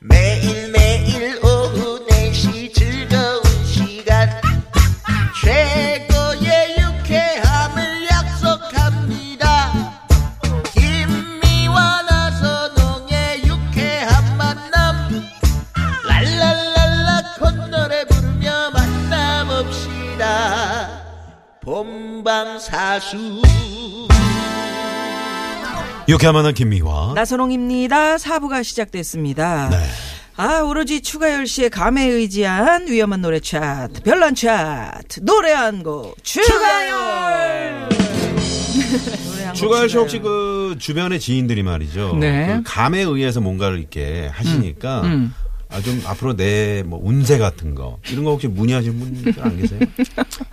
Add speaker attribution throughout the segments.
Speaker 1: 매일매일 오후 4시 즐거운 시간 최고의 유쾌함을 약속합니다 김미와 나선홍의 유쾌한 만남 랄랄랄라 콧노래 부르며 만남없시다 본방사수
Speaker 2: 이렇게 하면은 김미화.
Speaker 3: 어? 나선홍입니다. 사부가 시작됐습니다.
Speaker 2: 네.
Speaker 3: 아, 오로지 추가 10시에 감에 의지한 위험한 노래 차트, 별난 차트, 노래 한 곡, 추가열! 노래 한 곡
Speaker 2: 추가열 씨
Speaker 4: 네.
Speaker 2: 혹시 그 주변의 지인들이 말이죠.
Speaker 3: 네.
Speaker 2: 그 감에 의해서 뭔가를 이렇게 하시니까
Speaker 4: 음,
Speaker 2: 아, 좀 앞으로 내 뭐 운세 같은 거 이런 거 혹시 문의하시는 분들 안 계세요?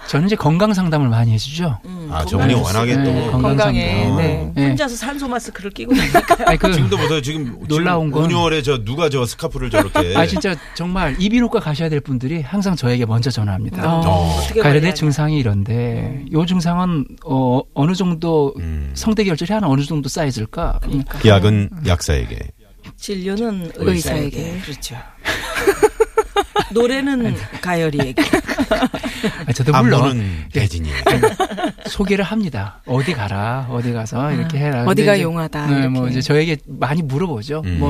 Speaker 4: 저는 이제 건강 상담을 많이 해주죠.
Speaker 2: 아 저분이
Speaker 4: 네.
Speaker 2: 워낙에
Speaker 4: 네,
Speaker 2: 또
Speaker 4: 건강
Speaker 5: 건강에
Speaker 4: 상담.
Speaker 5: 네.
Speaker 4: 네.
Speaker 3: 혼자서 산소 마스크를 끼고 다니니까.
Speaker 4: 아니, 그,
Speaker 2: 지금도 보세요. 지금
Speaker 4: 놀라운 건-
Speaker 2: 5월에 저 누가 저 스카프를 저렇게
Speaker 4: 아 진짜 정말 이비인후과 가셔야 될 분들이 항상 저에게 먼저 전화합니다.
Speaker 2: 어.
Speaker 3: 어떻게
Speaker 4: 가려대
Speaker 3: 관리하냐.
Speaker 4: 증상이 이런데 요 증상은 어, 어느 정도
Speaker 2: 음.
Speaker 4: 성대 결절이 한 어느 정도 사이즈일까?
Speaker 2: 약은 약사에게.
Speaker 4: 네,
Speaker 3: 진료는 의사에게.
Speaker 5: 의사에게.
Speaker 3: 그렇죠. 노래는 가열이에게.
Speaker 4: 아, 저도 물론
Speaker 2: 안무는 대진이.
Speaker 4: 소개를 합니다. 어디 가라, 어디 가서 이렇게 해라.
Speaker 5: 아, 어디가
Speaker 4: 근데 이제,
Speaker 5: 용하다,
Speaker 4: 네, 뭐
Speaker 5: 이렇게.
Speaker 4: 이제 저에게 많이 물어보죠.
Speaker 2: 음.
Speaker 4: 뭐,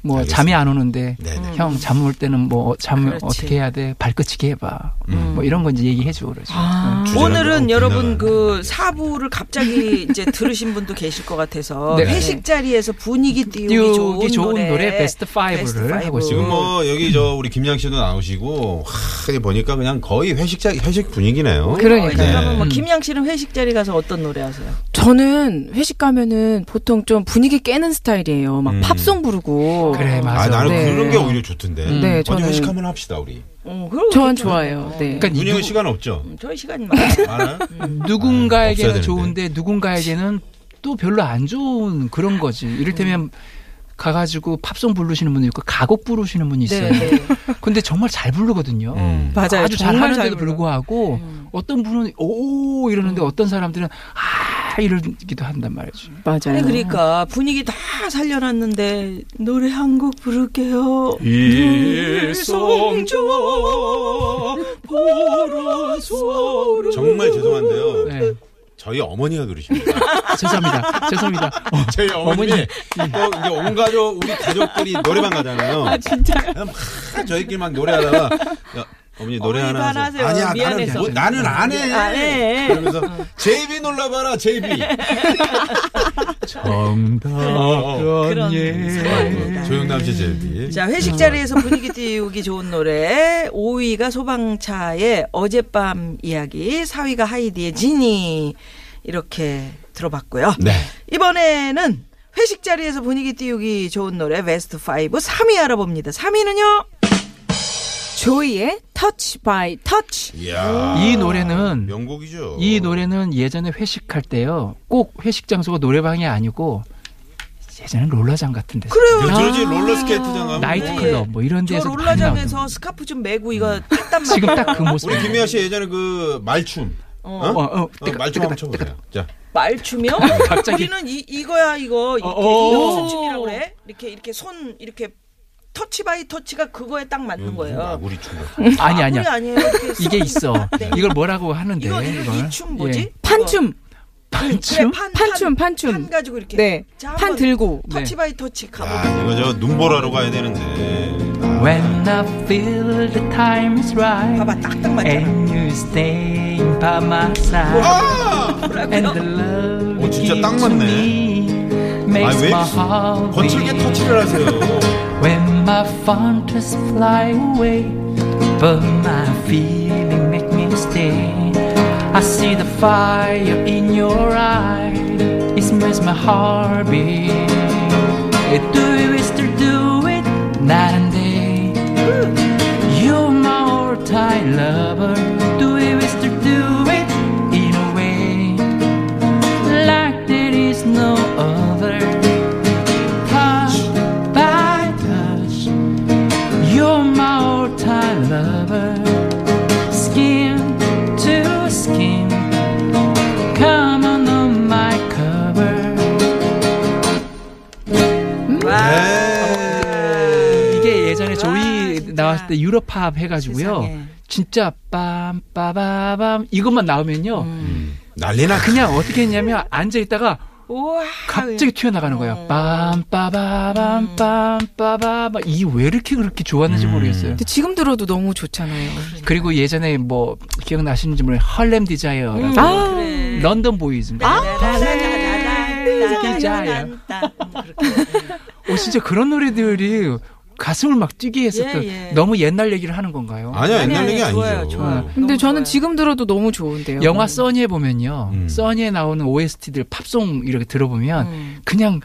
Speaker 4: 뭐
Speaker 2: 알겠습니다.
Speaker 4: 잠이 안 오는데
Speaker 2: 네네.
Speaker 4: 형 잠 올 때는 뭐잠
Speaker 3: 그렇지.
Speaker 4: 어떻게 해야 돼? 발끝치기 해봐.
Speaker 2: 음.
Speaker 4: 뭐 이런 건 이제 얘기해주고 그러죠.
Speaker 5: 아.
Speaker 2: 주제는
Speaker 3: 오늘은
Speaker 2: 너무
Speaker 3: 여러분
Speaker 2: 빗나가는
Speaker 3: 그 사부를 갑자기 이제 들으신 분도 계실 것 같아서
Speaker 4: 네.
Speaker 3: 회식 자리에서 분위기 띄우기,
Speaker 4: 띄우기
Speaker 3: 좋은,
Speaker 4: 좋은
Speaker 3: 노래,
Speaker 4: 노래 베스트 파이브를 하고 있어요.
Speaker 2: 지금 뭐 여기 저 우리 김양 씨도 나오시고 하, 보니까 그냥 거의 회식 자 회식
Speaker 4: 그렇죠.
Speaker 2: 분위기네요.
Speaker 5: 그러니까요.
Speaker 2: 네.
Speaker 3: 그러면 뭐 김양 씨는 회식 자리 가서 어떤 노래 하세요?
Speaker 5: 저는 회식 가면은 보통 좀 분위기 깨는 스타일이에요. 막
Speaker 2: 음.
Speaker 5: 팝송 부르고.
Speaker 4: 그래, 맞아.
Speaker 2: 아 나는
Speaker 5: 네.
Speaker 2: 그런 게 오히려 좋던데.
Speaker 5: 네,
Speaker 2: 어디
Speaker 5: 저는-
Speaker 2: 회식 한번 합시다 우리.
Speaker 3: 어, 그럼
Speaker 5: 저는 좋아요. 네.
Speaker 4: 그러니까
Speaker 2: 문영은
Speaker 4: 누구-
Speaker 2: 시간 없죠.
Speaker 3: 저희 시간이 많아요.
Speaker 2: 많아요? 없어야
Speaker 4: 누군가에게는
Speaker 2: 되는데.
Speaker 4: 좋은데 누군가에게는 또 별로 안 좋은 그런 거지.
Speaker 5: 음.
Speaker 4: 이를테면 가가지고 팝송 부르시는 분도 있고 가곡 부르시는 분이
Speaker 5: 네.
Speaker 4: 있어요.
Speaker 3: 네.
Speaker 4: 근데 정말 잘 부르거든요.
Speaker 2: 음.
Speaker 3: 맞아요. 정말 잘
Speaker 4: 아주
Speaker 3: 음.
Speaker 4: 잘하는데도
Speaker 3: 불러요.
Speaker 4: 불구하고 어떤 분은 오 이러는데
Speaker 3: 음.
Speaker 4: 어떤 사람들은 아 이러기도 한단 말이죠.
Speaker 5: 맞아요.
Speaker 3: 아니 그러니까 분위기 다 살려놨는데 노래 한 곡 부를게요. 일송조 보라소로
Speaker 2: 정말 죄송한데요.
Speaker 4: 네. 아,
Speaker 2: 저희 어머니가 그러십니다.
Speaker 4: 죄송합니다. 죄송합니다. 어,
Speaker 2: 저희 어머니,
Speaker 4: 어머니.
Speaker 2: 또 이제 온 가족 우리 가족들이 노래방 가잖아요. 아 진짜요? 막 저희끼리 막 노래하다가 야, 어머니 노래
Speaker 3: 어머니
Speaker 2: 하나
Speaker 3: 반하세요.
Speaker 2: 아니야 나는
Speaker 3: 미안해서. 아, 예.
Speaker 2: 뭐, 나는 안 해.
Speaker 3: 안 해.
Speaker 2: 그러면서 제비 놀라봐라 제비. 어,
Speaker 4: 정답
Speaker 3: 그런
Speaker 4: 예.
Speaker 2: 조영남 씨 제비.
Speaker 3: 어. 자 회식 자리에서 분위기 띄우기 좋은 노래 5위가 소방차의 어젯밤 이야기 4위가 하이디의 지니 이렇게 들어봤고요.
Speaker 2: 네.
Speaker 3: 이번에는 회식 자리에서 분위기 띄우기 좋은 노래 베스트 5 3위 알아봅니다. 3위는요.
Speaker 5: 조이의 Touch by Touch.
Speaker 2: 이야.
Speaker 4: 이 노래는
Speaker 2: 명곡이죠.
Speaker 4: 이 노래는 예전에 회식할 때요. 꼭 회식 장소가 노래방이 아니고 예전엔 롤라장 같은 데서
Speaker 2: 그 저지 롤러스케이트장 하면
Speaker 4: 아, 나이트클럽 네. 뭐 이런
Speaker 3: 네. 저
Speaker 4: 데서 많이
Speaker 3: 롤라장에서
Speaker 4: 나오는
Speaker 3: 스카프 좀 메고 이거 했단 말이에요.
Speaker 4: 지금 딱 그 모습.
Speaker 2: 우리 김희아 씨 예전에 그 말춤. 어?
Speaker 4: 어, 어,
Speaker 2: 어,
Speaker 4: 뜨거,
Speaker 2: 말춤
Speaker 4: 뜨거,
Speaker 2: 한번 쳐보세요. 자,
Speaker 3: 말춤이요?
Speaker 4: 아, 갑자기.
Speaker 3: 우리는 이, 이거야 이거 이렇게
Speaker 4: 어,
Speaker 3: 이거
Speaker 4: 어.
Speaker 3: 무슨 춤이라고 그래? 이렇게 이렇게 손 이렇게 터치 바이 터치가 그거에 딱 맞는 거예요.
Speaker 2: 음, 아, 우리 춤.
Speaker 4: 아니
Speaker 3: 우리
Speaker 4: 아니야.
Speaker 3: 아니에요. 이렇게
Speaker 4: 이게
Speaker 3: 손-
Speaker 4: 있어.
Speaker 3: 네.
Speaker 4: 이걸 뭐라고 하는데
Speaker 3: 이거
Speaker 4: 이걸?
Speaker 3: 이춤 뭐지? 네,
Speaker 4: 예.
Speaker 5: 판춤.
Speaker 3: 그래,
Speaker 4: 반춤?
Speaker 3: 네, 판,
Speaker 5: 판춤,
Speaker 3: 판,
Speaker 5: 판춤.
Speaker 3: 판 가지고 이렇게
Speaker 5: 네.
Speaker 3: 자,
Speaker 5: 판
Speaker 3: 한번
Speaker 5: 들고. 네.
Speaker 3: 터치 바이 터치
Speaker 2: 아,
Speaker 3: 가보고
Speaker 2: 이거 저 눈보라로 가야 되는데. 아,
Speaker 4: When I feel the time is right
Speaker 3: 봐봐 딱딱 맞잖아.
Speaker 4: and you stay by my side
Speaker 2: Oh, 아.
Speaker 4: and the love
Speaker 2: 오, 진짜
Speaker 4: you
Speaker 2: 딱
Speaker 4: give to
Speaker 2: 맞네.
Speaker 4: me
Speaker 2: 아,
Speaker 4: makes
Speaker 2: 왜
Speaker 4: my heart
Speaker 2: 거칠게
Speaker 4: beat.
Speaker 2: 터치를 하세요.
Speaker 4: When my fantasies fly away, but my feeling make me stay. I see the fire in your eye, it makes my heart beat. Do you wish to do it night and day? You're my all-time lover. Do you wish to do it in a way like there is no other? touch by touch. You're my all time lover. Skin to skin. Come on, no
Speaker 2: 네.
Speaker 4: 네. 나왔을 때 유럽 팝 해가지고요.
Speaker 3: 세상에.
Speaker 4: 진짜 빰빠바밤 이것만 나오면요.
Speaker 2: 음. 난리나.
Speaker 4: 그냥 어떻게 했냐면 앉아 있다가
Speaker 3: 우와.
Speaker 4: 갑자기 튀어나가는 음. 거예요. 빰빠바밤 빰빠바밤 이 왜 이렇게 그렇게 좋았는지
Speaker 2: 음.
Speaker 4: 모르겠어요.
Speaker 5: 근데 지금 들어도 너무 좋잖아요.
Speaker 3: 그러니까.
Speaker 4: 그리고 예전에 뭐 기억나시는지 모르겠어요. 헐렘 디자이어라고
Speaker 3: 음, 아.
Speaker 5: 아,
Speaker 3: 그래. 네,
Speaker 4: 런던 보이즈. 디자이어.
Speaker 3: 네,
Speaker 4: 오 진짜 그런 노래들이 가슴을 막 뛰게 했었던
Speaker 3: 예, 예.
Speaker 4: 너무 옛날 얘기를 하는 건가요?
Speaker 2: 아니야, 옛날 얘기 아니죠.
Speaker 3: 좋아요,
Speaker 4: 네.
Speaker 3: 좋아요.
Speaker 5: 근데
Speaker 3: 너무
Speaker 5: 저는
Speaker 3: 좋아요.
Speaker 5: 지금 들어도 너무 좋은데요.
Speaker 4: 영화 써니에 보면요.
Speaker 2: 예. 음.
Speaker 4: 써니에 나오는 OST들 팝송 이렇게 들어보면 그냥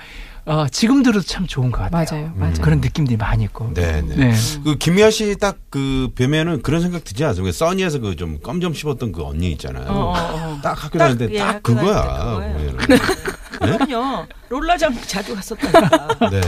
Speaker 4: 어, 지금 들어도 참 좋은 것 같아요. 음.
Speaker 5: 맞아요,
Speaker 2: 맞아요.
Speaker 4: 그런 느낌들이 많이 있고.
Speaker 2: 네, 네.
Speaker 4: 네.
Speaker 2: 그 김미아 씨 딱 그 뵈면은 그런 생각 드지 않습니까? 써니에서 그 좀 껌 좀 씹었던 그 언니 있잖아요.
Speaker 3: 어, 어, 어.
Speaker 2: 딱 학교
Speaker 3: 딱,
Speaker 2: 다닐
Speaker 3: 예,
Speaker 2: 때 딱
Speaker 3: 학교 다닐 때
Speaker 2: 그거야.
Speaker 3: 그거예요.
Speaker 2: 네?
Speaker 3: 그럼요. 롤라장 자주 갔었다니까.
Speaker 2: 네.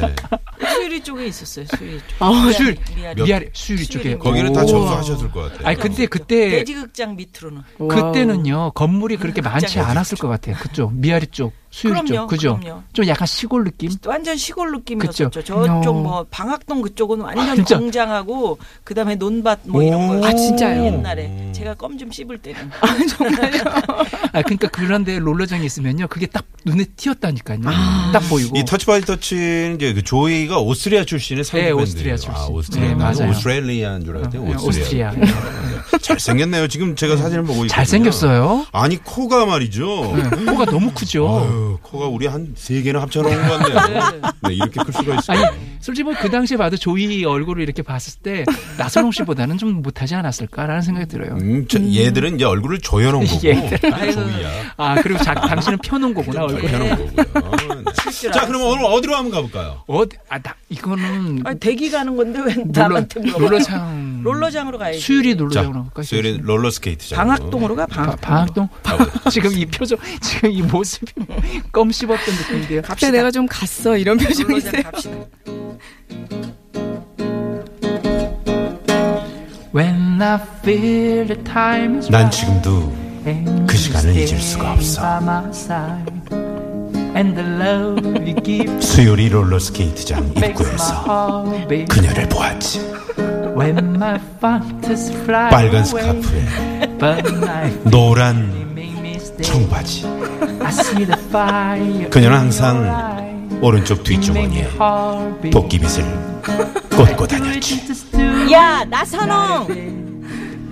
Speaker 3: 수유리 쪽에 있었어요. 수유리 쪽.
Speaker 4: 아, 술
Speaker 3: 미아리.
Speaker 4: 미아리 술 쪽에.
Speaker 3: 수유리.
Speaker 2: 거기는 다
Speaker 4: 오.
Speaker 2: 접수하셨을 것 같아요.
Speaker 4: 아니 근데 그때
Speaker 3: 돼지극장 밑으로는.
Speaker 5: 와우.
Speaker 4: 그때는요 건물이 그렇게 많지
Speaker 3: 극장이
Speaker 4: 않았을 것 같아요. 그쪽 미아리 쪽 수유리
Speaker 3: 그럼요,
Speaker 4: 쪽 그죠?
Speaker 3: 그럼요.
Speaker 4: 좀 약간 시골 느낌.
Speaker 3: 완전 시골 느낌이었죠.
Speaker 4: 그쵸.
Speaker 3: 저쪽
Speaker 5: 어.
Speaker 3: 뭐 방학동 그쪽은 완전
Speaker 4: 아, 진짜?
Speaker 3: 공장하고 그다음에 논밭 뭐 이런
Speaker 4: 오.
Speaker 3: 거.
Speaker 4: 아,
Speaker 5: 진짜요?
Speaker 1: 음.
Speaker 3: 옛날에 제가 껌 좀 씹을 때는.
Speaker 4: 아 그러니까 그런데 롤러장이 있으면요 그게 딱 눈에 띄었다니까요.
Speaker 3: 아.
Speaker 4: 딱 보이고.
Speaker 2: 이 터치 바이 터치는 이제 그 조이가 오스트리아 출신의 상대
Speaker 4: 네,
Speaker 2: 밴드.
Speaker 4: 오스트리아 출신.
Speaker 2: 아, 오스트리아.
Speaker 4: 네,
Speaker 2: 나는
Speaker 4: 맞아요.
Speaker 2: 오스트레일리아인 줄 알았더니
Speaker 4: 네,
Speaker 2: 오스트리아. 잘 생겼네요. 지금 제가 사진을 보고 있거든요.
Speaker 4: 잘 생겼어요. 네.
Speaker 2: 아니 코가 말이죠.
Speaker 4: 코가 너무 크죠.
Speaker 2: 아유, 코가 우리 한 세 개나 합쳐놓은 것 같네요. 네, 이렇게 클 수가 있어요.
Speaker 4: 솔직히 뭐그 당시에 봐도 조이 얼굴을 이렇게 봤을 때 나선홍 씨보다는 좀 못하지 않았을까라는 생각이 들어요.
Speaker 2: 음, 저 얘들은 이제 얼굴을 조여놓은 거고
Speaker 4: 얘들.
Speaker 2: 그게 조이야.
Speaker 4: 아 그리고 자, 당신은 펴놓은 거구나 아, 얼굴.
Speaker 2: 조여놓은 거고요. 네. 자, 그럼 오늘 어디로 한번 가볼까요?
Speaker 4: 어디 아나 이거는
Speaker 3: 아니, 대기 가는 건데 왜
Speaker 4: 롤러
Speaker 3: 남한테 물어봐.
Speaker 4: 롤러장
Speaker 3: 롤러장으로 가야지.
Speaker 4: 수유리
Speaker 2: 자,
Speaker 4: 롤러장으로 갈까요?
Speaker 2: 수요일에 롤러스케이트장.
Speaker 3: 방학동으로 가.
Speaker 4: 바-
Speaker 3: 방학동.
Speaker 4: 방학동 지금 이 표정 지금 이 모습이 껌 씹었던 느낌인데요.
Speaker 5: 갑자기 내가 좀 갔어 이런 표정이세요.
Speaker 3: 롤러장 갑시다.
Speaker 4: 네, When I feel the time is
Speaker 2: 난
Speaker 4: right.
Speaker 2: 지금도
Speaker 4: 그
Speaker 2: 시간을 잊을 수가 없어. 수요리 롤러스케이트장 입구에서 그녀를 보았지. 빨간
Speaker 4: 빨간
Speaker 2: 스카프에 노란 청바지.
Speaker 4: 그녀는
Speaker 2: 그녀는
Speaker 4: 항상
Speaker 2: 항상 오른쪽 뒷주머니에 복귀빗을 꽂고 다녔지.
Speaker 4: 다녔지
Speaker 3: 야 나선홍.
Speaker 4: 네.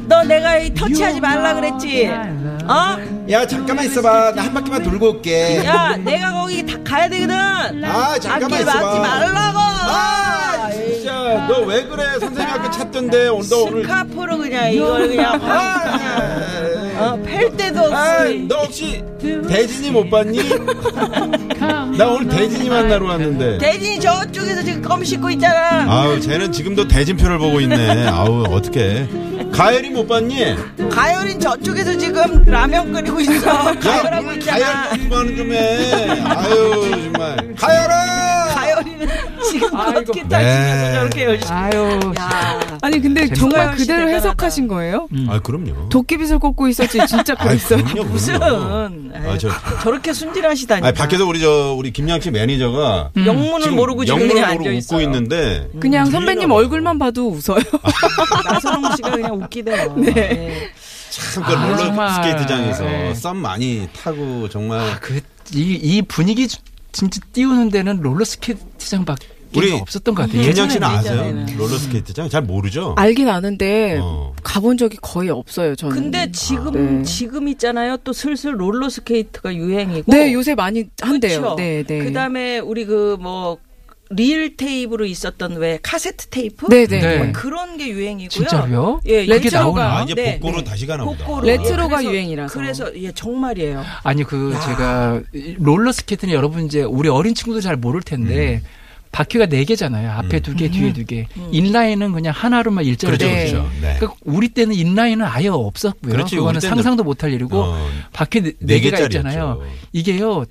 Speaker 3: 너 내가 이 터치하지 말라 그랬지.
Speaker 4: 아,
Speaker 3: 어?
Speaker 1: 야 잠깐만 있어봐 나 한 바퀴만 돌고 올게
Speaker 3: 야 내가 거기 다 가야 되거든.
Speaker 1: 아 잠깐만
Speaker 3: 앞길 막지
Speaker 1: 있어봐
Speaker 3: 말라고.
Speaker 1: 아 진짜 너 왜 그래 선생님 아까 찾던데 오늘 너 오늘
Speaker 3: 스카프로 그냥 이걸 그냥 확 그냥 어, 펼 데도 없이.
Speaker 1: 아너 혹시 대진이 못 봤니? 나 오늘 대진이 만나러 왔는데
Speaker 3: 대진이 저쪽에서 지금 껌 씻고 있잖아.
Speaker 2: 아우 쟤는 지금도 대진표를 보고 있네. 아우 어떡해. 가열이 못 봤니?
Speaker 3: 가열인 저쪽에서 지금 라면 끓이고 있어. 가열하고
Speaker 2: 야
Speaker 3: 있잖아.
Speaker 2: 가열 공부하는 좀 해. 아유 정말. 가열아.
Speaker 3: 가열이는 지금
Speaker 4: 아이고.
Speaker 3: 어떻게
Speaker 2: 네.
Speaker 3: 다시 저렇게 열심히.
Speaker 4: 아유
Speaker 3: 야.
Speaker 5: 아니 근데 정말
Speaker 3: 역시
Speaker 5: 그대로
Speaker 3: 대단하다.
Speaker 5: 해석하신 거예요?
Speaker 2: 아 그럼요.
Speaker 5: 도깨비를 꽂고 있었지 진짜
Speaker 2: 아이,
Speaker 5: 그랬어요.
Speaker 2: 그럼요,
Speaker 3: 무슨
Speaker 2: 그럼요.
Speaker 3: 아유,
Speaker 2: 아, 저,
Speaker 3: 저렇게 순진하시다니.
Speaker 2: 아니, 밖에서 우리 저 우리 김양 씨 매니저가
Speaker 3: 영문은 음. 모르고 지금
Speaker 2: 영문을 모르고
Speaker 3: 그냥 앉아
Speaker 2: 웃고
Speaker 3: 있어요.
Speaker 2: 있는데
Speaker 5: 그냥
Speaker 2: 들리나
Speaker 5: 선배님
Speaker 2: 봐요.
Speaker 5: 얼굴만 봐도 웃어요.
Speaker 3: 나선홍 씨가 그냥 웃기대요. 네.
Speaker 2: 참, 그
Speaker 4: 아,
Speaker 2: 롤러
Speaker 4: 정말.
Speaker 2: 스케이트장에서
Speaker 4: 네. 아,
Speaker 2: 썸 많이 타고 정말
Speaker 4: 그이 이 분위기 주- 진짜 띄우는 데는 롤러스케이트장밖에
Speaker 2: 우리
Speaker 4: 없었던 것 같아요.
Speaker 2: 김양
Speaker 4: 음, 예전에
Speaker 2: 씨는 아세요?
Speaker 3: 예전에는.
Speaker 2: 롤러 스케이트장 잘 모르죠?
Speaker 5: 알긴 아는데
Speaker 2: 어.
Speaker 5: 가본 적이 거의 없어요. 저는.
Speaker 3: 근데 지금
Speaker 5: 네.
Speaker 3: 지금 있잖아요. 또 슬슬 롤러 스케이트가 유행이고.
Speaker 5: 네 요새 많이 한대요.
Speaker 3: 그쵸?
Speaker 5: 네 네.
Speaker 3: 그다음에 우리 그 뭐 리얼 테이프로 있었던 왜 카세트 테이프?
Speaker 5: 네네.
Speaker 4: 네.
Speaker 3: 그런 게 유행이고요.
Speaker 4: 진짜로요?
Speaker 3: 예,
Speaker 4: 그게
Speaker 3: 레트로가-
Speaker 4: 나오나?
Speaker 2: 아, 이제
Speaker 3: 네,
Speaker 2: 복고로
Speaker 3: 네.
Speaker 2: 다시 가나 보다.
Speaker 3: 복고로.
Speaker 5: 레트로가
Speaker 3: 그래서-
Speaker 5: 유행이라서.
Speaker 3: 그래서 예, 정말이에요.
Speaker 4: 아니 그 제가 롤러 스케이트는 여러분 이제 우리 어린 친구들 잘 모를 텐데
Speaker 2: 음.
Speaker 4: 바퀴가 네 개잖아요. 앞에 두 개, 뒤에 두 개.
Speaker 5: 음.
Speaker 4: 인라인은 그냥 하나로만 일자로
Speaker 2: 그렇죠,
Speaker 4: 돼
Speaker 2: 그렇죠.
Speaker 4: 있어요.
Speaker 2: 네.
Speaker 4: 그러니까 우리 때는 인라인은 아예 없었고요.
Speaker 2: 그렇지,
Speaker 4: 거는
Speaker 2: 우리 때는-
Speaker 4: 상상도 못할 일이고
Speaker 2: 어,
Speaker 4: 바퀴 네,
Speaker 2: 네
Speaker 4: 네 개가
Speaker 2: 개짜리였죠.
Speaker 4: 있잖아요. 이게요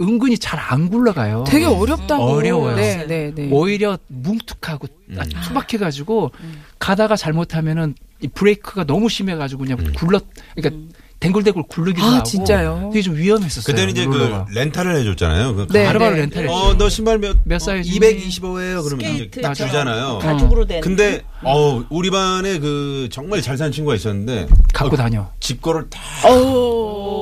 Speaker 4: 은근히 잘 안 굴러가요.
Speaker 5: 되게 어렵다고.
Speaker 4: 어려워요. 뭐.
Speaker 5: 네, 네, 네.
Speaker 4: 오히려 뭉툭하고
Speaker 2: 음.
Speaker 4: 아,
Speaker 5: 음.
Speaker 2: 음.
Speaker 4: 투박해가지고 가다가 잘못하면은 이 브레이크가 너무 심해가지고 그냥 굴러 그러니까 댕굴댕굴 굴르기도
Speaker 5: 음. 아,
Speaker 4: 하고
Speaker 5: 진짜요?
Speaker 4: 되게 좀 위험했었어요.
Speaker 2: 그때는 이제
Speaker 4: 롤러가.
Speaker 2: 그 렌탈을 해줬잖아요. 그
Speaker 5: 네.
Speaker 4: 바로바로
Speaker 5: 네.
Speaker 4: 렌탈을
Speaker 2: 어, 너 신발 몇,
Speaker 4: 몇
Speaker 2: 어,
Speaker 4: 사이즈니?
Speaker 2: 225예요. 그러면 이제
Speaker 3: 스케이트
Speaker 2: 딱 주잖아요.
Speaker 3: 가죽으로 된.
Speaker 2: 근데 어 우리 반에 그 정말 잘 산 친구가 있었는데
Speaker 4: 갖고
Speaker 2: 어,
Speaker 4: 다녀.
Speaker 2: 집 거를 다
Speaker 5: 어,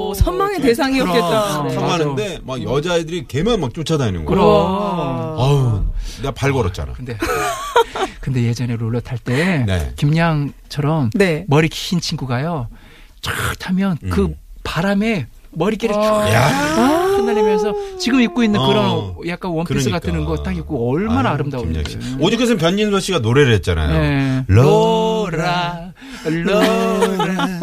Speaker 5: 오, 선망의 대상이었겠다.
Speaker 3: 어,
Speaker 4: 그럼.
Speaker 5: 네.
Speaker 2: 사가는데 막 여자애들이 걔만 막 쫓아다니는 거야.
Speaker 4: 그럼.
Speaker 2: 아우 내가 발 걸었잖아.
Speaker 4: 근데 근데 예전에 롤러 탈 때
Speaker 2: 네.
Speaker 4: 김양처럼
Speaker 5: 네.
Speaker 4: 머리 긴 친구가요. 쫙 타면 그
Speaker 2: 음.
Speaker 4: 바람에 머리끼를
Speaker 5: 아.
Speaker 4: 쫙
Speaker 2: 야
Speaker 4: 흩날리면서 지금 입고 있는
Speaker 2: 어,
Speaker 4: 그런 약간 원피스 같은 거 딱 입고 얼마나
Speaker 2: 아유,
Speaker 4: 아름다운
Speaker 2: 김양 씨. 오죽했으면 변진서 씨가 노래를 했잖아요.
Speaker 4: 네. 로라 로라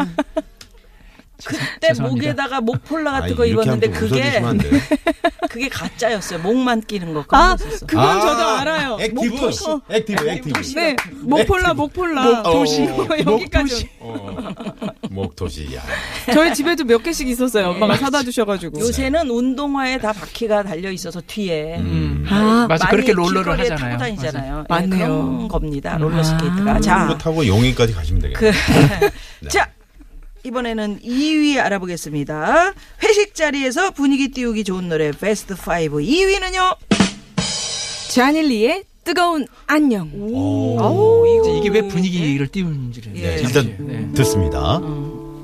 Speaker 3: 그때
Speaker 4: 죄송합니다.
Speaker 3: 목에다가 목폴라
Speaker 2: 아이,
Speaker 3: 같은 거
Speaker 2: 이렇게
Speaker 3: 입었는데
Speaker 2: 하면 또
Speaker 3: 그게
Speaker 2: 웃어주시면 안 돼요.
Speaker 3: 그게 가짜였어요. 목만 끼는 거. 그런
Speaker 5: 아,
Speaker 3: 거 있었어.
Speaker 5: 그건
Speaker 2: 아,
Speaker 5: 저도 알아요.
Speaker 2: 액티브, 어.
Speaker 5: 목도시.
Speaker 2: 액티브, 액티브.
Speaker 5: 네, 목폴라, 목폴라. 어.
Speaker 2: 목도시.
Speaker 5: 여기까지.
Speaker 2: 목도시야.
Speaker 5: 저희 집에도 몇 개씩 있었어요. 엄마가 사다 주셔가지고.
Speaker 3: 요새는 운동화에 다 바퀴가 달려 있어서 뒤에
Speaker 2: 음.
Speaker 5: 아,
Speaker 4: 맞아
Speaker 3: 많이
Speaker 4: 그렇게 롤러를
Speaker 3: 길거리에
Speaker 4: 하잖아요. 음. 아.
Speaker 3: 타고 다니잖아요.
Speaker 5: 맞아요.
Speaker 3: 예,
Speaker 5: 맞네요.
Speaker 3: 그런 겁니다. 롤러 스케이트가. 자,
Speaker 2: 그거 타고 용인까지 가시면 되겠네요.
Speaker 3: 아. 그 자, 이번에는 2위 알아보겠습니다. 회식 자리에서 분위기 띄우기 좋은 노래 베스트 5 2위는요.
Speaker 5: 자닐리의 뜨거운 안녕.
Speaker 4: 이제 이게 왜 분위기를 띄우는지를
Speaker 3: 예.
Speaker 4: 잠시,
Speaker 2: 일단
Speaker 4: 네.
Speaker 2: 듣습니다.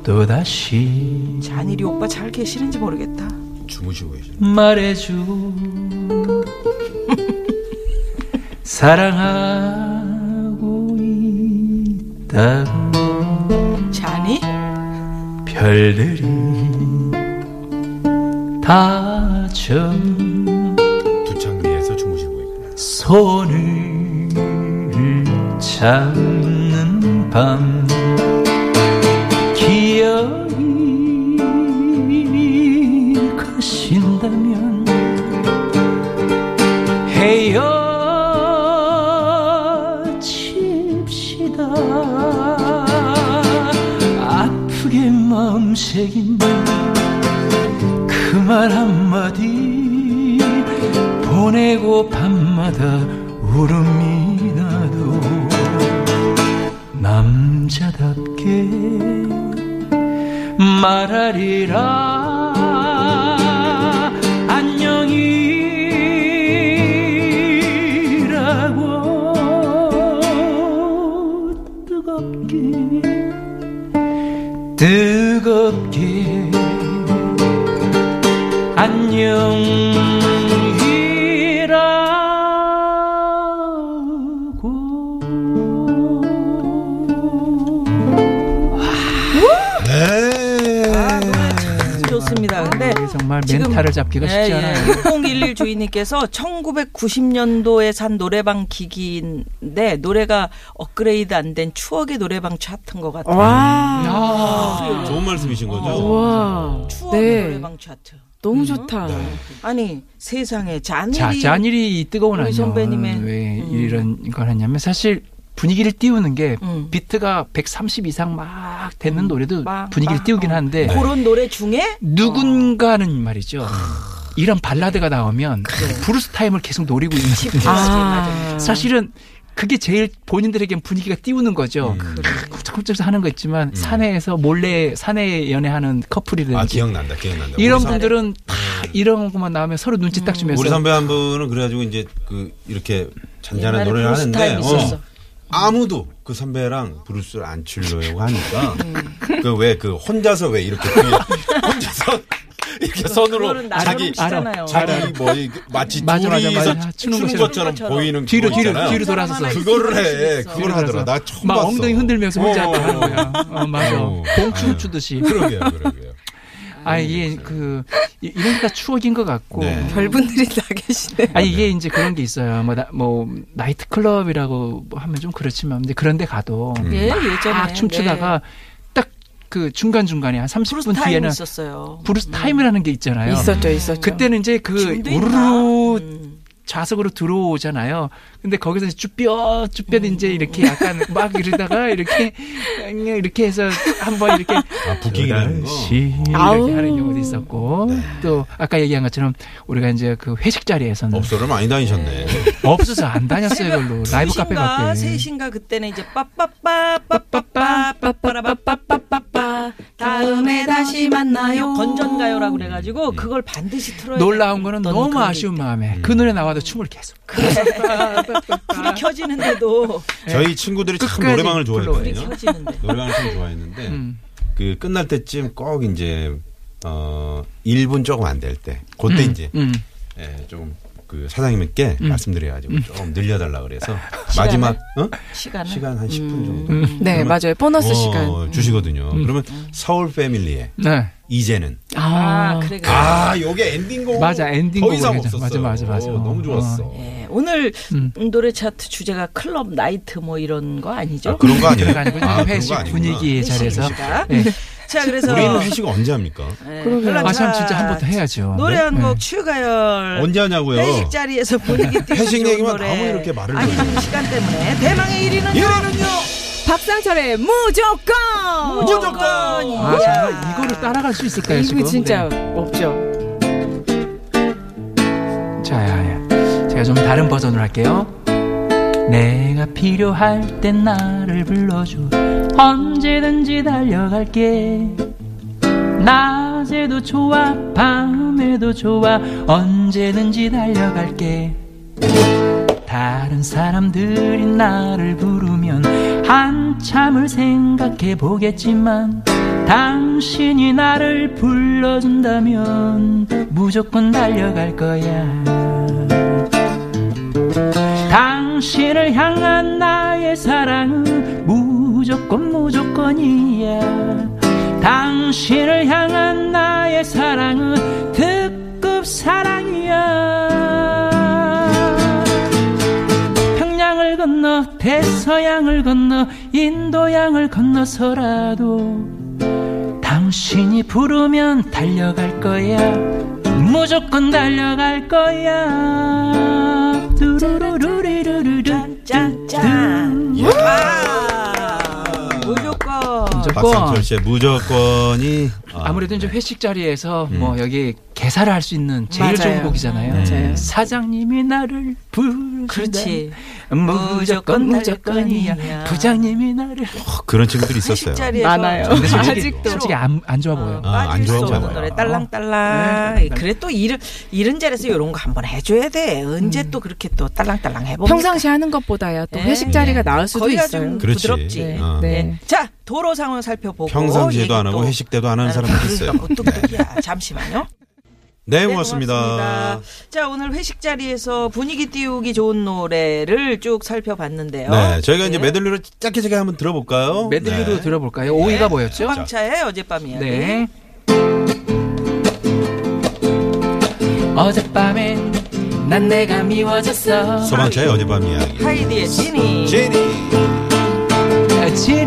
Speaker 4: 또다시
Speaker 3: 잔일이 오빠 잘 계시는지 모르겠다.
Speaker 2: 주무시고 계시네.
Speaker 4: 말해줘 사랑하고 있다
Speaker 3: 잔이?
Speaker 4: 아, 별들이 다저
Speaker 2: 두창리에서 주무시고 있고.
Speaker 4: 손을 잡는 밤 기억이 가신다면 헤어집시다 아프게 마음새긴 그 말 한마디 보내고 밤마다 울음이 나도 남자답게 말하리라 안녕이라고 뜨겁게 뜨겁게 안녕이라고
Speaker 2: 네.
Speaker 3: 아, 노래 참
Speaker 4: 네.
Speaker 3: 좋습니다. 근데
Speaker 4: 정말
Speaker 3: 지금- 예,
Speaker 4: 멘탈을 잡기가 아, 쉽지 않아요.
Speaker 3: 6011 주인님께서 1990년도에 산 노래방 기기인데 노래가 업그레이드 안 된 추억의 노래방 차트인 것 같아요.
Speaker 5: 와,
Speaker 2: 좋은 말씀이신
Speaker 5: 어.
Speaker 2: 거죠?
Speaker 5: 음. 와,
Speaker 3: 추억의
Speaker 5: 네,
Speaker 3: 노래방 차트.
Speaker 5: 너무 좋다.
Speaker 3: 아니 세상에
Speaker 4: 자,
Speaker 3: 잔일이
Speaker 4: 잔일이 이 뜨거운
Speaker 3: 아, 우리
Speaker 4: 안녕.
Speaker 3: 선배님의-
Speaker 4: 왜 이런 걸 하냐면 사실 분위기를 띄우는 게
Speaker 3: 음.
Speaker 4: 비트가 130 이상 막 되는 노래도
Speaker 3: 막,
Speaker 4: 분위기를
Speaker 3: 막,
Speaker 4: 띄우긴
Speaker 3: 어.
Speaker 4: 한데
Speaker 2: 네.
Speaker 3: 그런 노래 중에
Speaker 4: 네. 누군가는 말이죠. 이런 발라드가 나오면
Speaker 3: 네.
Speaker 4: 브루스 타임을 계속 노리고 있는 분들.
Speaker 3: 아,
Speaker 4: 사실은 그게 제일 본인들에겐 분위기가 띄우는 거죠.
Speaker 2: 음.
Speaker 4: 꼼짝꼼짝 하는 거 있지만 사내에서 몰래 사내 연애하는
Speaker 2: 아,
Speaker 4: 커플이든지
Speaker 2: 기억난다, 기억난다.
Speaker 4: 이런
Speaker 2: 우리 선-
Speaker 4: 분들은 다 이런 것만 나오면 서로 눈치
Speaker 3: 음.
Speaker 4: 딱 주면서
Speaker 2: 우리 선배 한 분은 그래가지고 이제 그 이렇게 잔잔한
Speaker 3: 옛날에
Speaker 2: 노래를
Speaker 3: 브루스
Speaker 2: 하는데
Speaker 3: 타임 있었어.
Speaker 2: 어, 아무도 그 선배랑 브루스를 안 치려고 하니까 그 왜 그 혼자서 왜 이렇게 뒤에 혼자서 이렇게
Speaker 3: 그거는
Speaker 2: 손으로
Speaker 3: 나름
Speaker 2: 자기
Speaker 3: 치잖아요.
Speaker 2: 자기 뭐 이게 마치
Speaker 4: 맞아, 맞아,
Speaker 2: 둘이서
Speaker 4: 맞아. 추는
Speaker 2: 추는
Speaker 4: 것처럼.
Speaker 2: 것처럼 보이는
Speaker 4: 뒤로,
Speaker 2: 그거
Speaker 4: 뒤로,
Speaker 2: 있잖아요.
Speaker 4: 뒤로 돌아서서.
Speaker 2: 그거를 해
Speaker 4: 뒤로
Speaker 2: 그걸 하더라
Speaker 4: 돌아서
Speaker 2: 나 처음
Speaker 4: 막
Speaker 2: 봤어
Speaker 4: 엉덩이 흔들면서 혼자
Speaker 2: 어.
Speaker 4: 하는 거야. 어, 맞아.
Speaker 2: 어.
Speaker 4: 공추
Speaker 2: 아유.
Speaker 4: 추듯이.
Speaker 2: 그러게요 그러게요
Speaker 4: 아 이게 그 이- 이런 게 다 추억인 것 같고.
Speaker 2: 네.
Speaker 5: 별분들이 다 계시네.
Speaker 4: 아니 이게 이제 그런 게 있어요. 뭐, 나, 뭐 나이트 클럽이라고 뭐 하면 좀 그렇지만 근데 그런데 가도
Speaker 2: 음.
Speaker 3: 예 예전에
Speaker 4: 막 춤추다가 딱 그 중간 중간에 한
Speaker 3: 네.
Speaker 4: 30분
Speaker 3: 브루스 타임
Speaker 4: 뒤에는
Speaker 3: 있었어요. 음.
Speaker 4: 브루스 타임이라는 게 있잖아요.
Speaker 5: 있었죠, 있었죠.
Speaker 4: 그때는 이제 그
Speaker 3: 지금도
Speaker 4: 우르르
Speaker 3: 있나? 음.
Speaker 4: 좌석으로 들어오잖아요. 근데 거기서 이제 쭈뼛 쭈뼛 이제 이렇게 약간 막 이러다가 이렇게 이렇게 해서 한번 이렇게
Speaker 2: 아 부킹이라는 거
Speaker 4: 다시
Speaker 5: 아우.
Speaker 4: 이렇게 하는 경우도 있었고
Speaker 2: 네.
Speaker 4: 또 아까 얘기한 것처럼 우리가 이제 그 회식 자리에서는
Speaker 2: 업소를 많이 다니셨네
Speaker 4: 없어서 안 다녔어요, 별로. 그 라이브 카페
Speaker 3: 둘신가
Speaker 4: 갈 때.
Speaker 3: 셋인가 그때는 이제 빠빠빠 빠빠빠 빠빠라빠빠빠빠 다 다음에 다시 만나요. 건전가요라고 그래가지고 그걸 반드시 틀어야
Speaker 4: 예. 놀라운 거는
Speaker 3: 어떤
Speaker 4: 너무
Speaker 3: 그런 그
Speaker 4: 아쉬운 마음에 그 노래 나와도 춤을 계속.
Speaker 3: 불이 켜지는데도
Speaker 2: 저희 친구들이 참
Speaker 4: 끝까지
Speaker 2: 노래방을
Speaker 3: 불이
Speaker 2: 좋아했거든요.
Speaker 3: 켜지는데.
Speaker 2: 노래방을 참 좋아했는데
Speaker 4: 음.
Speaker 2: 그 끝날 때쯤 꼭 이제 어 1분 조금 안 될 때 그때
Speaker 4: 음,
Speaker 2: 이제
Speaker 4: 음.
Speaker 2: 예, 조금 그 사장님께 말씀드려가지고 조금 늘려달라 그래서 마지막 어?
Speaker 3: 시간을?
Speaker 2: 시간 한 10분
Speaker 4: 음.
Speaker 2: 정도
Speaker 5: 네,
Speaker 2: 그러면-
Speaker 5: 맞아요. 보너스
Speaker 2: 어,
Speaker 5: 시간.
Speaker 2: 주시거든요. 그러면 서울 패밀리의
Speaker 4: 네.
Speaker 2: 이제는
Speaker 3: 아, 그래, 그래.
Speaker 2: 아 요게 엔딩곡
Speaker 4: 맞아, 엔딩곡으로
Speaker 2: 더 이상
Speaker 4: 해줘.
Speaker 2: 없었어요.
Speaker 4: 맞아, 맞아, 맞아.
Speaker 2: 오, 너무 좋았어.
Speaker 3: 예, 오늘
Speaker 4: 음.
Speaker 3: 노래 차트 주제가 클럽 나이트 뭐 이런 거 아니죠?
Speaker 2: 아, 그런 거 아니에요?
Speaker 4: 그래가 아니고
Speaker 2: 아, 그런 거
Speaker 4: 회식
Speaker 2: 아니구나.
Speaker 4: 분위기에 잘해서.
Speaker 3: 회식이다.
Speaker 4: 네.
Speaker 3: 자, 그래서
Speaker 2: 우리는 회식 언제 합니까?
Speaker 3: 예,
Speaker 5: 그러게요.
Speaker 4: 아, 참 진짜 한 번 더 해야죠.
Speaker 3: 노래
Speaker 4: 네.
Speaker 3: 한곡 추가열
Speaker 2: 언제 하냐고요?
Speaker 3: 네. 회식 자리에서 분위기 띄우는
Speaker 2: 회식
Speaker 3: 좋은
Speaker 2: 얘기만
Speaker 3: 노래.
Speaker 2: 아무 이렇게 말을
Speaker 3: 아니
Speaker 2: 해요.
Speaker 3: 시간 때문에 대망의 1위는
Speaker 2: 이래는요.
Speaker 5: 박상철의 무조건!
Speaker 3: 무조건
Speaker 4: 아, 정말 이거를 따라갈 수 있을까요, 지금?
Speaker 5: 이거 진짜 없죠.
Speaker 4: 네. 자, 야, 야. 제가 좀 다른 버전으로 할게요. 내가 필요할 땐 나를 불러줘. 언제든지 달려갈게. 낮에도 좋아, 밤에도 좋아. 언제든지 달려갈게. 다른 사람들이 나를 부르면 한참을 생각해 보겠지만 당신이 나를 불러준다면 무조건 달려갈 거야. 당신을 향한 나의 사랑은 무조건 무조건이야. 당신을 향한 나의 사랑은 특급 어, 사랑이야. 평양을 건너 대서양을 건너 인도양을 건너서라도 당신이 부르면 달려갈 거야 무조건 달려갈 거야 뚜루루루리루루루
Speaker 3: 짠짠 아,
Speaker 2: 예.
Speaker 3: 무조건
Speaker 2: 박상철 씨의 무조건이 아,
Speaker 4: 아무래도 이제
Speaker 2: 네.
Speaker 4: 회식 자리에서 뭐 여기 개사를 할 수 있는 제일 좋은
Speaker 5: 맞아요.
Speaker 4: 곡이잖아요.
Speaker 5: 맞아요.
Speaker 4: 사장님이 나를 부르다
Speaker 3: 그렇지.
Speaker 4: 무조건
Speaker 3: 무조건이야.
Speaker 4: 무조건이야. 부장님이 나를
Speaker 2: 그런 친구들이 있었어요.
Speaker 3: 회식 자리에서
Speaker 5: 많아요.
Speaker 4: 근데 솔직히,
Speaker 3: 아직도.
Speaker 4: 어, 솔직히 안, 안 좋아 보여.
Speaker 2: 아, 안
Speaker 3: 빠질 수
Speaker 2: 좋아하고
Speaker 3: 없는
Speaker 2: 봐요.
Speaker 3: 노래 딸랑딸랑 네, 그래 또 이런 이런 자리에서 이런 거 한번 해줘야 돼 언제 또 그렇게 또 딸랑딸랑 해보면
Speaker 5: 평상시 하는 것보다야 또
Speaker 3: 예.
Speaker 5: 회식 자리가 나을 수도
Speaker 3: 거기가
Speaker 5: 있어요.
Speaker 3: 좀
Speaker 2: 그렇지.
Speaker 3: 부드럽지
Speaker 2: 네. 어.
Speaker 5: 네.
Speaker 3: 자 도로 상황 살펴보고
Speaker 2: 평상시에도 안
Speaker 3: 얘기
Speaker 2: 하고
Speaker 3: 또
Speaker 2: 회식 때도
Speaker 3: 아,
Speaker 2: 안 하는 사람도 있어요.
Speaker 3: 뚝뚝이야 잠시만요
Speaker 2: 네,
Speaker 3: 네,
Speaker 2: 고맙습니다.
Speaker 3: 고맙습니다. 자 오늘 회식 자리에서 분위기 띄우기 좋은 노래를 쭉 살펴봤는데요
Speaker 2: 네, 저희가 이제
Speaker 3: 네.
Speaker 2: 메들리로 짧게 짧게 한번 들어볼까요?
Speaker 4: 메들리로
Speaker 2: 네.
Speaker 4: 들어볼까요? 오이가 뭐였죠?
Speaker 3: 소방차의 어젯밤 이야기
Speaker 4: 네. 어젯밤에 난 내가 미워졌어.
Speaker 2: 네. 소방차의 어젯밤 이야기.
Speaker 3: 하이디의 지니
Speaker 2: 제니.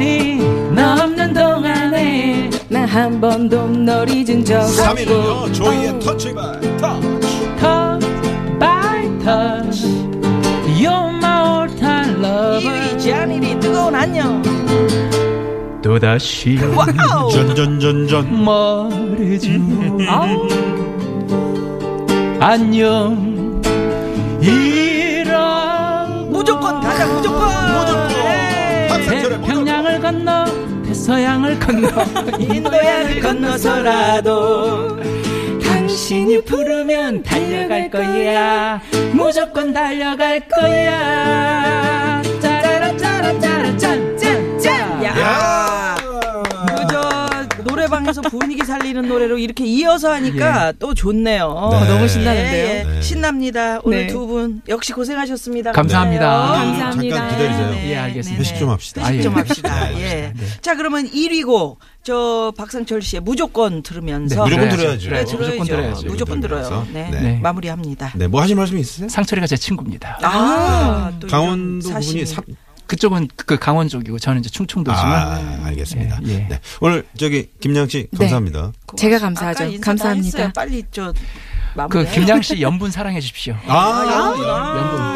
Speaker 4: 진이 너 없는 동안에
Speaker 5: 나 한 번도 널 잊은 적
Speaker 2: 3위는요, 조이의 터치 바이 터치.
Speaker 4: touch by touch You're my all time lover
Speaker 3: 2위 지안이니 뜨거운 안녕
Speaker 4: 또다시
Speaker 3: 와우
Speaker 2: 전전전전.
Speaker 4: 말해줘 아우. 안녕 이라고
Speaker 3: 무조건 가자 무조건 네,
Speaker 2: 박상철의 무조건.
Speaker 4: 평양을 건너 대서양을 건너
Speaker 3: 인도양을 건너서라도
Speaker 4: 당신이 부르면 달려갈 거야 무조건 달려갈 거야 짜라라 짜라 짜라 짠짠짠
Speaker 3: 야, 그저 노래방에서 분위기 살리는 노래로 이렇게 이어서 하니까 또 좋네요
Speaker 2: 네. 너무
Speaker 5: 신나는데요?
Speaker 3: 예, 예.
Speaker 2: 네.
Speaker 3: 신납니다 오늘
Speaker 5: 네.
Speaker 3: 두 분 역시 고생하셨습니다
Speaker 4: 감사합니다.
Speaker 3: 감사해요.
Speaker 5: 감사합니다.
Speaker 2: 잠깐 기다리세요.
Speaker 3: 네,
Speaker 4: 예, 알겠습니다.
Speaker 3: 네, 네.
Speaker 2: 회식 좀 합시다.
Speaker 3: 회식
Speaker 4: 아,
Speaker 3: 좀
Speaker 4: 예.
Speaker 3: 합시다.
Speaker 2: 네,
Speaker 3: 예. 자, 그러면 1위고, 저 박상철 씨의 무조건 들으면서.
Speaker 4: 네,
Speaker 2: 무조건 들어야죠.
Speaker 4: 들어야죠.
Speaker 3: 네,
Speaker 4: 들어야죠. 무조건 들어야죠.
Speaker 3: 무조건 들어요.
Speaker 2: 들으면서.
Speaker 3: 네.
Speaker 2: 네.
Speaker 3: 마무리합니다.
Speaker 2: 네, 뭐 하실 말씀 있으세요?
Speaker 4: 상철이가 제 친구입니다.
Speaker 3: 아, 또 이런
Speaker 2: 강원도
Speaker 3: 사심이.
Speaker 2: 분이 삼.
Speaker 4: 그쪽은 그 강원 쪽이고 저는 이제 충청도지만
Speaker 2: 아, 알겠습니다.
Speaker 4: 예, 예.
Speaker 2: 네. 오늘 저기 김양 씨 감사합니다.
Speaker 5: 제가
Speaker 3: 아까
Speaker 5: 감사하죠.
Speaker 3: 인사 다 했어요.
Speaker 5: 감사합니다.
Speaker 3: 빨리 저
Speaker 4: 그
Speaker 3: 마무리.
Speaker 4: 김양 씨 연분 사랑해 주십시오.
Speaker 2: 아,
Speaker 3: 아,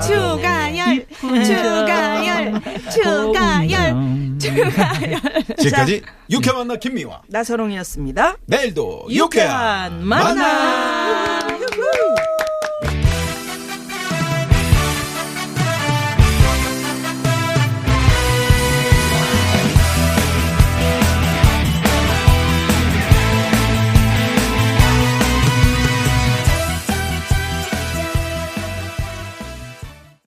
Speaker 3: 진짜.
Speaker 5: 추가열, 추가열, 추가열.
Speaker 2: 지금까지 육회 만나 김미화.
Speaker 3: 나선홍이었습니다.
Speaker 2: 내일도
Speaker 3: 유쾌한 만남.